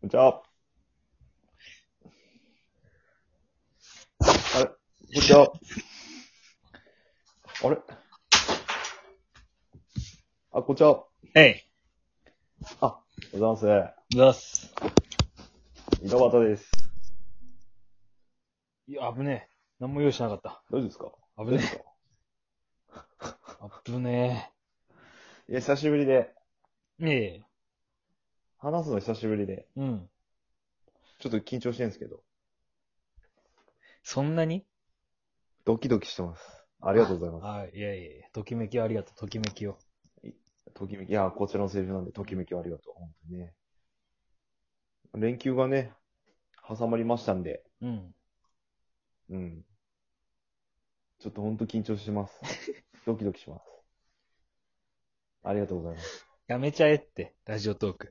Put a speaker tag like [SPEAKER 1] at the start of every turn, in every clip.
[SPEAKER 1] こんにちは。あれこんにちは。あれあ、こんにちは。
[SPEAKER 2] え
[SPEAKER 1] おはようございま
[SPEAKER 2] い、ざっす。
[SPEAKER 1] す。井戸端です。
[SPEAKER 2] いや、危ねえ。何も用意しなかった。
[SPEAKER 1] 大丈夫ですか
[SPEAKER 2] 危ねえ。危ね
[SPEAKER 1] いや、久しぶりで、
[SPEAKER 2] え。ええ。
[SPEAKER 1] 話すの久しぶりで、
[SPEAKER 2] うん。
[SPEAKER 1] ちょっと緊張してるんですけど、
[SPEAKER 2] そんなに
[SPEAKER 1] ドキドキしてます。ありがとうございます。
[SPEAKER 2] はい、いやいやいや、ときめきありがとう、ときめきを。
[SPEAKER 1] ときめき、いや、こちらのセリフなんで、ときめきをありがとう。本当にね。連休がね、挟まりましたんで、
[SPEAKER 2] うん。
[SPEAKER 1] うん。ちょっとほんと緊張します。ドキドキします。ありがとうございます。
[SPEAKER 2] やめちゃえって、ラジオトーク。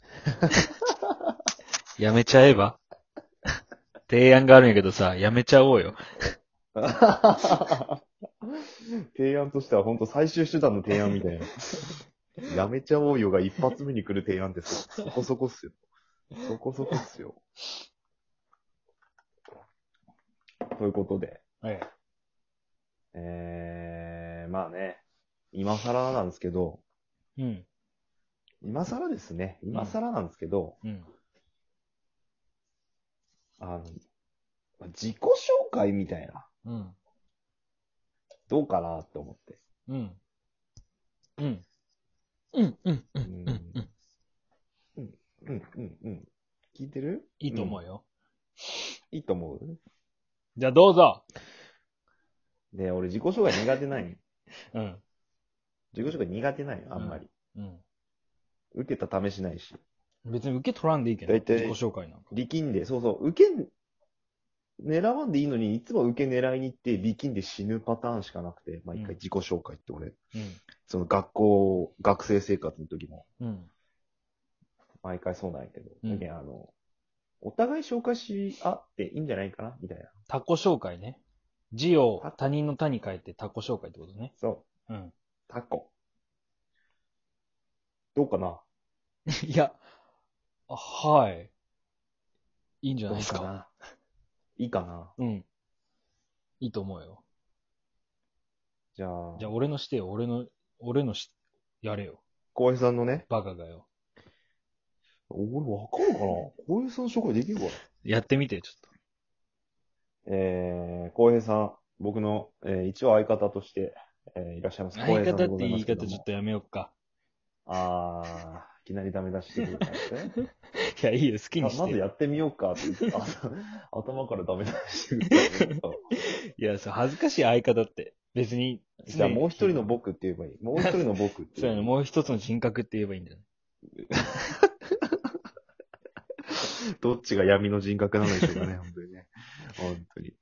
[SPEAKER 2] やめちゃえば提案があるんやけどさ、やめちゃおうよ。
[SPEAKER 1] 提案としてはほんと最終手段の提案みたいな。やめちゃおうよが一発目に来る提案ってそそこそこっすよ。そこそこっすよ。ということで、
[SPEAKER 2] はい。
[SPEAKER 1] えー、まあね、今更なんですけど、
[SPEAKER 2] うん。
[SPEAKER 1] 今更ですね、今更なんですけど、
[SPEAKER 2] うん。
[SPEAKER 1] あの、まあ自己紹介みたいな、
[SPEAKER 2] うん。
[SPEAKER 1] どうかなって思って。
[SPEAKER 2] うん。うん。うん。うん。うん。うん。うん。
[SPEAKER 1] うん、うん、うん。聞いてる
[SPEAKER 2] いいと思うよ。
[SPEAKER 1] いいと思う
[SPEAKER 2] じゃあどうぞ
[SPEAKER 1] ね俺自己紹介苦手ない
[SPEAKER 2] うん。
[SPEAKER 1] 自己紹介苦手ないあんまり。
[SPEAKER 2] うん。
[SPEAKER 1] 受けた試しないし。
[SPEAKER 2] 別に受け取らんでいいけど、
[SPEAKER 1] 大体
[SPEAKER 2] 自己紹介なんか。
[SPEAKER 1] 力んで、そうそう、受けん、狙わんでいいのに、いつも受け狙いに行って、力んで死ぬパターンしかなくて、毎回自己紹介って俺、
[SPEAKER 2] う
[SPEAKER 1] その学校、学生生活の時も、
[SPEAKER 2] ん。うん。
[SPEAKER 1] 毎回そうなんやけど、
[SPEAKER 2] うん
[SPEAKER 1] だけどあの、お互い紹介し合っていいんじゃないかなみたいな。
[SPEAKER 2] 他己紹介ね。字を他人の他に変えて他己紹介ってことね。
[SPEAKER 1] そう。
[SPEAKER 2] うん。
[SPEAKER 1] タコ。どうかない
[SPEAKER 2] や、あはい。いいんじゃ
[SPEAKER 1] ど
[SPEAKER 2] ないうですか。
[SPEAKER 1] いいかな
[SPEAKER 2] うん。いいと思うよ。
[SPEAKER 1] じゃあ、
[SPEAKER 2] じゃあ俺のしてよ、俺の、俺のし、やれよ。
[SPEAKER 1] 小林さんのね。
[SPEAKER 2] バカがよ。
[SPEAKER 1] 俺、わかるかな小林さんの紹介できるかな
[SPEAKER 2] やってみて、ちょっ
[SPEAKER 1] えー、小平さん、僕の、えー、一応相方として、えー、いらっしゃいます。
[SPEAKER 2] と。相方って言い
[SPEAKER 1] 小平さんでござます
[SPEAKER 2] 方ちょ
[SPEAKER 1] けども
[SPEAKER 2] っとやめよっか。
[SPEAKER 1] あー、いきなりダメ出してくるからね。
[SPEAKER 2] いや、い いよ、好きに
[SPEAKER 1] ま
[SPEAKER 2] して
[SPEAKER 1] ず
[SPEAKER 2] よ。
[SPEAKER 1] やってみようかって言って、あ頭からダメ出して くるからね。
[SPEAKER 2] いや、そう、恥ずかしい相方って。別に。
[SPEAKER 1] じゃあもう一人の。僕って言えばいい。もう一人の僕って
[SPEAKER 2] そ
[SPEAKER 1] 言えばい
[SPEAKER 2] う
[SPEAKER 1] い
[SPEAKER 2] やね、もう一つの人格って言えばいいんだよね。
[SPEAKER 1] どっちが闇の人格なのでしょうかね、 本当にね。本当に。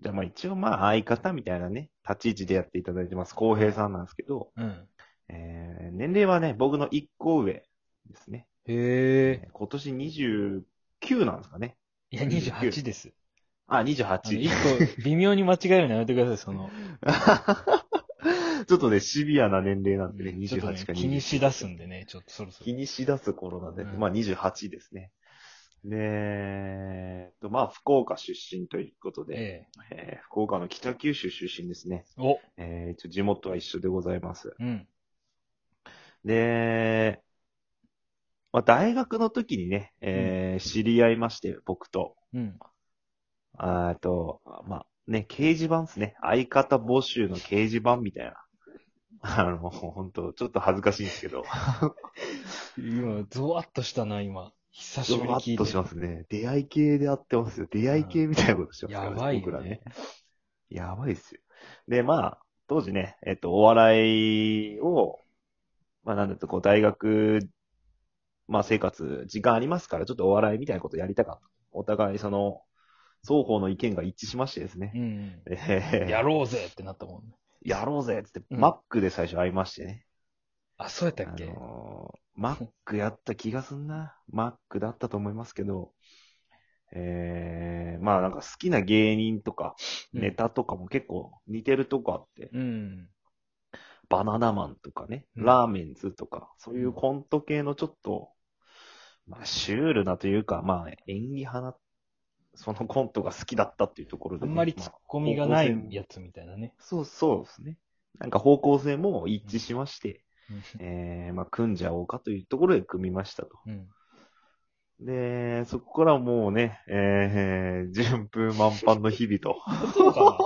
[SPEAKER 1] じゃあまあ一応まあ相方みたいなね、立ち位置でやっていただいてます。浩平さんなんですけど、
[SPEAKER 2] うん。
[SPEAKER 1] えー、年齢はね、僕の1個上ですね。
[SPEAKER 2] へえ。
[SPEAKER 1] えー今年29なんですかね。
[SPEAKER 2] いや、28です。
[SPEAKER 1] あ、
[SPEAKER 2] あの、
[SPEAKER 1] 28
[SPEAKER 2] 一。個、微妙に間違えるのやめてください、その。
[SPEAKER 1] ちょっとね、シビアな年齢なんでね、
[SPEAKER 2] ちょっ
[SPEAKER 1] 28
[SPEAKER 2] と
[SPEAKER 1] か
[SPEAKER 2] ね
[SPEAKER 1] 29
[SPEAKER 2] 気にしだすんでね、ちょっとそろそろ。
[SPEAKER 1] 気にしだす頃なんで、
[SPEAKER 2] うん
[SPEAKER 1] まあ28ですね。で、えーと、まあ福岡出身ということで、
[SPEAKER 2] ええ。
[SPEAKER 1] えー福岡の北九州出身ですね。
[SPEAKER 2] お、
[SPEAKER 1] えー、一応地元は一緒でございます。
[SPEAKER 2] うん。
[SPEAKER 1] で、まあ、大学の時にね、えー知り合いまして、僕と。
[SPEAKER 2] うん。
[SPEAKER 1] あーあと、まあ、ね、掲示板ですね。相方募集の掲示板みたいな。あの、本当ちょっと恥ずかしいんですけど、
[SPEAKER 2] 今、ゾワッとしたな、今。久し
[SPEAKER 1] ゾ
[SPEAKER 2] ぶりに
[SPEAKER 1] ワ
[SPEAKER 2] 聞
[SPEAKER 1] ッ
[SPEAKER 2] いて。
[SPEAKER 1] としますね。出会い系であってますよ。出会い系みたいなことしてますから
[SPEAKER 2] やばい
[SPEAKER 1] 僕ら
[SPEAKER 2] よ
[SPEAKER 1] ね
[SPEAKER 2] ね。。
[SPEAKER 1] やばいっすよ。で、まあ、当時ね、えっと、お笑いを、まあ、なんだと、こう、大学、まあ、生活、時間ありますから、ちょっとお笑いみたいなことやりたかった。お互い、その、双方の意見が一致しましてです
[SPEAKER 2] う
[SPEAKER 1] ね。
[SPEAKER 2] ん。
[SPEAKER 1] えー
[SPEAKER 2] やろうぜってなったもんね。
[SPEAKER 1] やろうぜっつって、
[SPEAKER 2] うん
[SPEAKER 1] マックで最初会いましてね。
[SPEAKER 2] あ、そうやった
[SPEAKER 1] あ
[SPEAKER 2] っけ
[SPEAKER 1] のーマックやった気がすんな。マックだったと思いますけど、えー、まあなんか好きな芸人とか、
[SPEAKER 2] うん
[SPEAKER 1] ネタとかも結構似てるとこあって、
[SPEAKER 2] うん。
[SPEAKER 1] バナナマンとかね、
[SPEAKER 2] うん
[SPEAKER 1] ラーメンズとか、そういうコント系のちょっと、まあ、シュールなというか、まあ、演技派な、そのコントが好きだったっていうところ
[SPEAKER 2] あ
[SPEAKER 1] でね、
[SPEAKER 2] んまり
[SPEAKER 1] ま
[SPEAKER 2] 突っ
[SPEAKER 1] あ
[SPEAKER 2] 込みがないやつみたいなね。
[SPEAKER 1] そうそうですね。なんか方向性も一致しまして、
[SPEAKER 2] う
[SPEAKER 1] えー、まあ、組んじゃおうかというところで組みましたと。
[SPEAKER 2] ん。
[SPEAKER 1] で、そこからもうね、えー、順風満帆の日々と。
[SPEAKER 2] そうかな。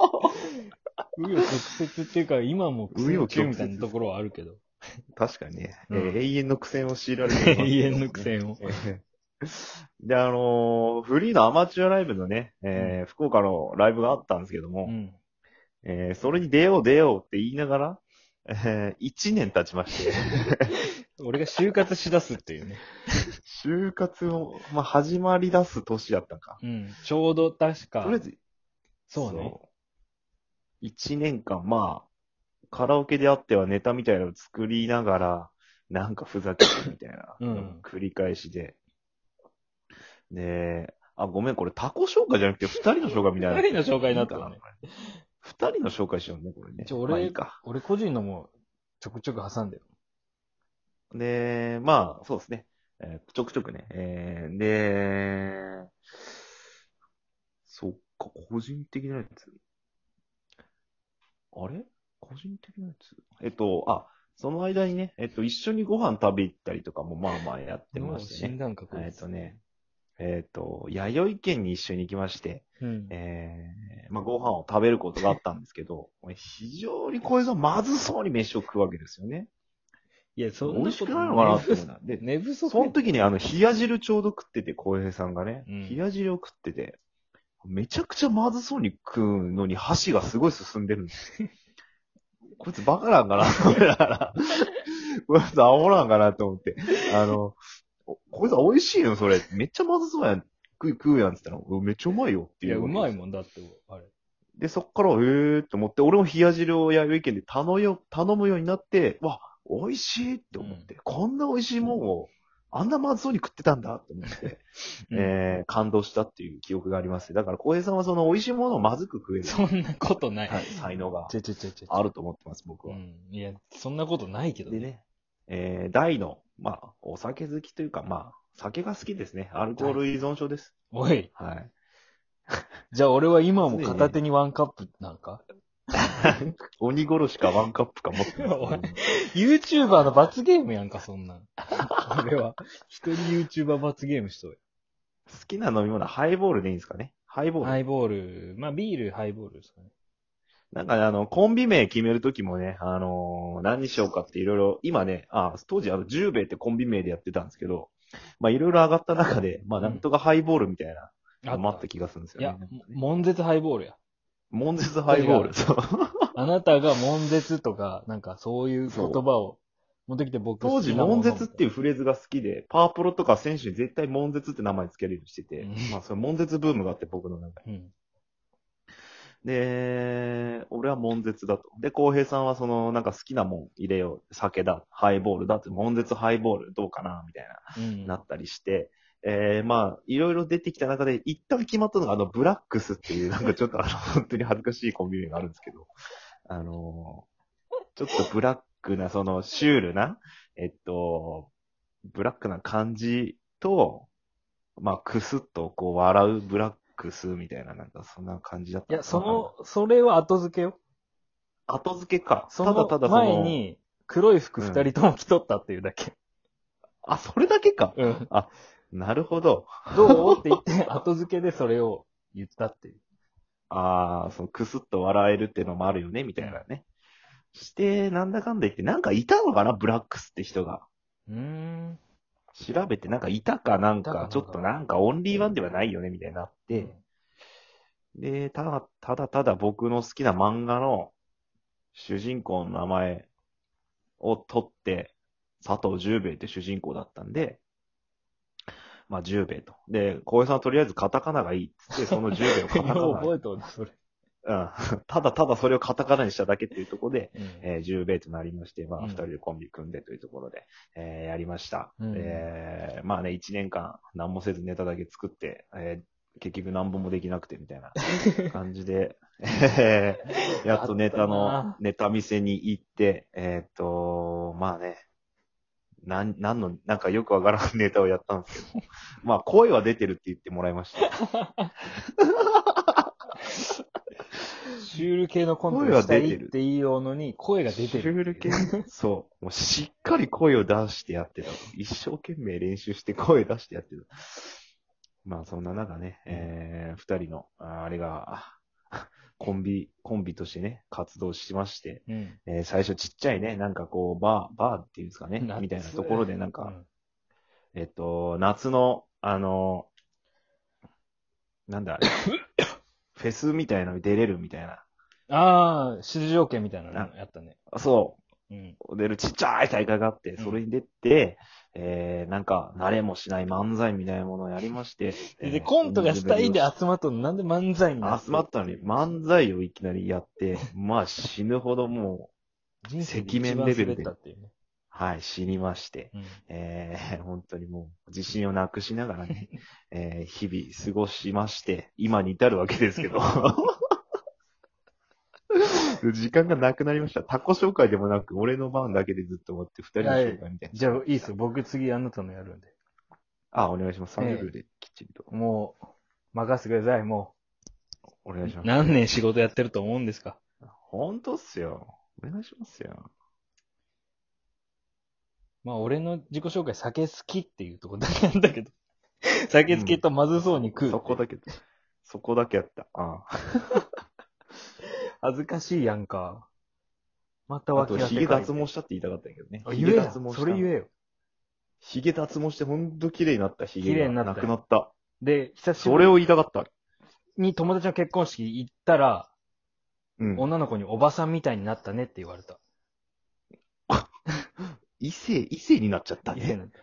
[SPEAKER 2] 紆余曲折っていうか、今も苦
[SPEAKER 1] 紆
[SPEAKER 2] 戦
[SPEAKER 1] 余曲
[SPEAKER 2] 中
[SPEAKER 1] 折
[SPEAKER 2] みたいなところはあるけど。
[SPEAKER 1] 確かにね、
[SPEAKER 2] うん
[SPEAKER 1] えー永遠の苦戦を強いられてます
[SPEAKER 2] 永遠の苦。戦を。
[SPEAKER 1] えー で、あのーフリーのアマチュアライブのね、えー福岡のライブがあったんですけども、
[SPEAKER 2] うん。
[SPEAKER 1] えーそれに出よう出ようって言いながら、え1年経ちま して、
[SPEAKER 2] 俺が就活しだすっていうね。
[SPEAKER 1] 就活を、まあ、始まり出す年だったか。
[SPEAKER 2] うん。ちょうど確か
[SPEAKER 1] とりあえ、ず、
[SPEAKER 2] そうね。、
[SPEAKER 1] そう。1年間、まあ、カラオケであってはネタみたいなのを作りながら、なんかふざけてみたいな
[SPEAKER 2] うん
[SPEAKER 1] 繰り返しで。で、あ、ごめん、これタコ紹介じゃなくて二人の紹介みたいな。
[SPEAKER 2] 二人の紹介になった
[SPEAKER 1] いいか
[SPEAKER 2] わ
[SPEAKER 1] な
[SPEAKER 2] ね。
[SPEAKER 1] 二人の紹介しようね、これね。
[SPEAKER 2] ちょ、
[SPEAKER 1] まあ
[SPEAKER 2] 俺、
[SPEAKER 1] いいか。
[SPEAKER 2] 俺個人のもちょくちょく挟んでよ。
[SPEAKER 1] で、まあ、そうですね。えーちょくちょくね。えーで、そっか、個人的なやつ。あれ個人的なやつえっと、あ、その間にね、えっと、一緒にご飯食べ行ったりとかもまあまあやってまして
[SPEAKER 2] 診
[SPEAKER 1] ね。
[SPEAKER 2] 断確
[SPEAKER 1] えっとね、えっと、弥生県に一緒に行きまして、
[SPEAKER 2] うん。
[SPEAKER 1] えー、まあご飯を食べることがあったんですけど、 非常にこれがまずそうに飯を食うわけですよね。
[SPEAKER 2] いや、そんなこと
[SPEAKER 1] 美味しくないのかなって思うな。で、
[SPEAKER 2] 寝不足。
[SPEAKER 1] その時にあの、冷や汁ちょうど食ってて、浩平さんがね、
[SPEAKER 2] うん
[SPEAKER 1] 冷や汁を食ってて、めちゃくちゃまずそうに食うのに箸がすごい進んでるん ですよこいつバカなんかなと思いなが ら、こいつアホなんかなと思って、あの、おこいつ美味しいのそれ。めっちゃまずそうやん。食う食うやんって言ったら、うんめっちゃうまいよって
[SPEAKER 2] い
[SPEAKER 1] いう
[SPEAKER 2] や、う
[SPEAKER 1] わけです。
[SPEAKER 2] まいもんだって、あれ。
[SPEAKER 1] で、そっから、えーって思って、俺も冷や汁をやる意見で頼よ、頼むようになって、わ、美味しいって思って、こんな美味しいもんを、あんなまずそうに食ってたんだって思 って、えー、感動したっていう記憶があります。だから、浩平さんはその美味しいものをまずく食える、
[SPEAKER 2] そんなことない。
[SPEAKER 1] はい、才能 が
[SPEAKER 2] ちょちょちょちょ。
[SPEAKER 1] あると思ってます、僕
[SPEAKER 2] う
[SPEAKER 1] は。
[SPEAKER 2] ん。いや、そんなことないけど
[SPEAKER 1] で。ね、えー、大の、まあ、お酒好きというか、まあ、酒が好きですね。アルコール依存症です。
[SPEAKER 2] おい、
[SPEAKER 1] はい。
[SPEAKER 2] じゃあ俺は今も片手にワンカップなんか
[SPEAKER 1] 鬼殺しかワンカップか持ってます、
[SPEAKER 2] おい ?YouTuber の罰ゲームやんか、そんなん。 俺は、一人 YouTuber 罰ゲームしとる。
[SPEAKER 1] 好きな飲み物、ハイボールでいいんですかね。ハイボール。
[SPEAKER 2] ハイボール、まあビール、ハイボールですかね。
[SPEAKER 1] なんかね、あの、コンビ名決めるときもね、あのー何にしようかっていろいろ、今ね、あ、当時あの、十兵衛ってコンビ名でやってたんですけど、まあいろいろ上がった中で、まあなんとかハイボールみたいな、
[SPEAKER 2] あ
[SPEAKER 1] 余った気がするんです
[SPEAKER 2] い
[SPEAKER 1] よ
[SPEAKER 2] や
[SPEAKER 1] ね。、
[SPEAKER 2] 悶絶ハイボールや。
[SPEAKER 1] モンゼスハイボール。そう
[SPEAKER 2] あなたが悶絶とか、なんかそういう言葉を持ってきて僕
[SPEAKER 1] 当時、モンゼツって
[SPEAKER 2] いう。
[SPEAKER 1] いうフレーズが好きで、パワープロとか選手に絶対モンゼツって名前つけるようにしてて、
[SPEAKER 2] うん
[SPEAKER 1] まあそれモンゼツブームがあって僕の中で。
[SPEAKER 2] うん。
[SPEAKER 1] で、俺は悶絶だと。で、浩平さんはその、なんか好きなもん入れよう。酒だ、ハイボールだって、悶絶ハイボールどうかなみたい
[SPEAKER 2] うん
[SPEAKER 1] な、なったりして、えー、まあ、いろいろ出てきた中で、一旦決まったのが、あの、ブラックスっていう、なんかちょっとあの、本当に恥ずかしいコンビ名があるんですけど、あのーちょっとブラックな、その、シュールな、えっと、ブラックな感じと、まあ、くすっとこう笑うブラックスみたいな、なんかそんな感じだったかな。
[SPEAKER 2] いや、その、それは後付けよ。
[SPEAKER 1] 後付けか。
[SPEAKER 2] そ
[SPEAKER 1] ただただ
[SPEAKER 2] の
[SPEAKER 1] その。
[SPEAKER 2] 前に、黒い服二人とも着とったっていうだけ。
[SPEAKER 1] あ、それだけか。
[SPEAKER 2] うん。
[SPEAKER 1] なるほど。
[SPEAKER 2] どうって言って、 後付けでそれを言ったっていう。
[SPEAKER 1] ああ、そのくすっと笑えるっていうのもあるよね、みたいなね。して、なんだかんだ言って、なんかいたのかな、ブラックスって人が。
[SPEAKER 2] うーん。
[SPEAKER 1] 調べて、なんかいたかなん
[SPEAKER 2] いたかな
[SPEAKER 1] か
[SPEAKER 2] んか、
[SPEAKER 1] ちょっとなんかオンリーワンではないよね、みたいになって。で、ただ、ただただ僕の好きな漫画の主人公の名前を取って、佐藤十兵衛って主人公だったんで、まあ十兵衛と。で、小江さんはとりあえずカタカナがいいっつって、その十兵衛をカ タカナ
[SPEAKER 2] よう
[SPEAKER 1] に
[SPEAKER 2] 覚えとるな、それ。
[SPEAKER 1] うん、 ただただそれをカタカナにしただけっていうところで、
[SPEAKER 2] うん。
[SPEAKER 1] えー、十兵衛となりまして、ま
[SPEAKER 2] う
[SPEAKER 1] あ、
[SPEAKER 2] ん
[SPEAKER 1] 二人でコンビ組んでというところで、えーやりました。
[SPEAKER 2] うん
[SPEAKER 1] えーまあね、一年間何もせずネタだけ作って、えー結局何本もできなくてみたいな感じで、 え ーやっとネタ
[SPEAKER 2] あった
[SPEAKER 1] の
[SPEAKER 2] な、
[SPEAKER 1] ネタ見せに行って、えーっと、まあね、なん、なんの、なんかよくわからんネタをやったんですけど。まあ、声は出てるって言ってもらいました。
[SPEAKER 2] シュール系のコントをしたいって言いようのに、声が出てる。
[SPEAKER 1] シュール系そう。もうしっかり声を出してやってた。一生懸命練習して声出してやってた。まあそんな中ね、えー、二人の、ああれが、コンビ、コンビとしてね、活動しまして、
[SPEAKER 2] うん。
[SPEAKER 1] えー、最初ちっちゃいね、なんかこう、バー、バーっていうんですかね
[SPEAKER 2] 夏、
[SPEAKER 1] みたいなところでなん
[SPEAKER 2] う
[SPEAKER 1] か、
[SPEAKER 2] ん
[SPEAKER 1] えっと、夏の、あの、なん だあれ、フェスみたいなのに出れるみたいな。
[SPEAKER 2] ああ、出場権みたいなのやったね。
[SPEAKER 1] あそう、
[SPEAKER 2] うん。
[SPEAKER 1] 出るちっちゃい大会があって、
[SPEAKER 2] うん
[SPEAKER 1] それに出て、えー、なんか、慣れもしない漫才みたいなものをやりまして。え
[SPEAKER 2] で、
[SPEAKER 1] ー
[SPEAKER 2] コントがしたいで集まったのになんで漫才にな
[SPEAKER 1] 集まったのに、漫才をいきなりや って、まあ死ぬほどもう、
[SPEAKER 2] 人生で
[SPEAKER 1] 赤面レベルで
[SPEAKER 2] 一番滑ったっていうね。
[SPEAKER 1] はい、死にまして、
[SPEAKER 2] うん
[SPEAKER 1] えー、本当にもう、自信をなくしながら ね、えー、日々過ごしまして、今に至るわけですけ ど。時間がなくなりました。タコ紹介でもなく、俺の番だけでずっと思って、二人の紹介みたいな。
[SPEAKER 2] じゃあ、いいっすよ。僕次あなたのやるんで。
[SPEAKER 1] あ、お願いします。
[SPEAKER 2] ええ
[SPEAKER 1] 30秒できっちりと。
[SPEAKER 2] もう、任せてください、も
[SPEAKER 1] お願いし
[SPEAKER 2] う。
[SPEAKER 1] ます。
[SPEAKER 2] 何年仕事やってると思うんですか
[SPEAKER 1] 本当っすよ。お願いしますよ。
[SPEAKER 2] まあ、俺の自己紹介、酒好きっていうとこだけなんだけど。 酒好きとまずそうに食う。
[SPEAKER 1] そこだけ、そこだけやった。ああ
[SPEAKER 2] 恥ずかしいやんか。ま
[SPEAKER 1] あ
[SPEAKER 2] た脇
[SPEAKER 1] と、
[SPEAKER 2] 汗
[SPEAKER 1] ヒ
[SPEAKER 2] か
[SPEAKER 1] ゲ
[SPEAKER 2] いて
[SPEAKER 1] 脱毛したって言いたかったんやけどね。
[SPEAKER 2] あ
[SPEAKER 1] ヒ
[SPEAKER 2] 言
[SPEAKER 1] ゲ
[SPEAKER 2] え
[SPEAKER 1] 脱毛し
[SPEAKER 2] よ。
[SPEAKER 1] た。
[SPEAKER 2] それ言えよ。
[SPEAKER 1] ヒゲ脱毛してほんと綺麗になった、ヒゲが。
[SPEAKER 2] 綺麗になったよ
[SPEAKER 1] なくなった。
[SPEAKER 2] で、久し
[SPEAKER 1] そ
[SPEAKER 2] ぶ
[SPEAKER 1] れ
[SPEAKER 2] り
[SPEAKER 1] を言いたかった。
[SPEAKER 2] に友達の結婚式行ったら、
[SPEAKER 1] うん。
[SPEAKER 2] 女の子におばさんみたいになったねって言われた。
[SPEAKER 1] 異性、異性になっちゃった
[SPEAKER 2] 以前
[SPEAKER 1] ね。
[SPEAKER 2] なんて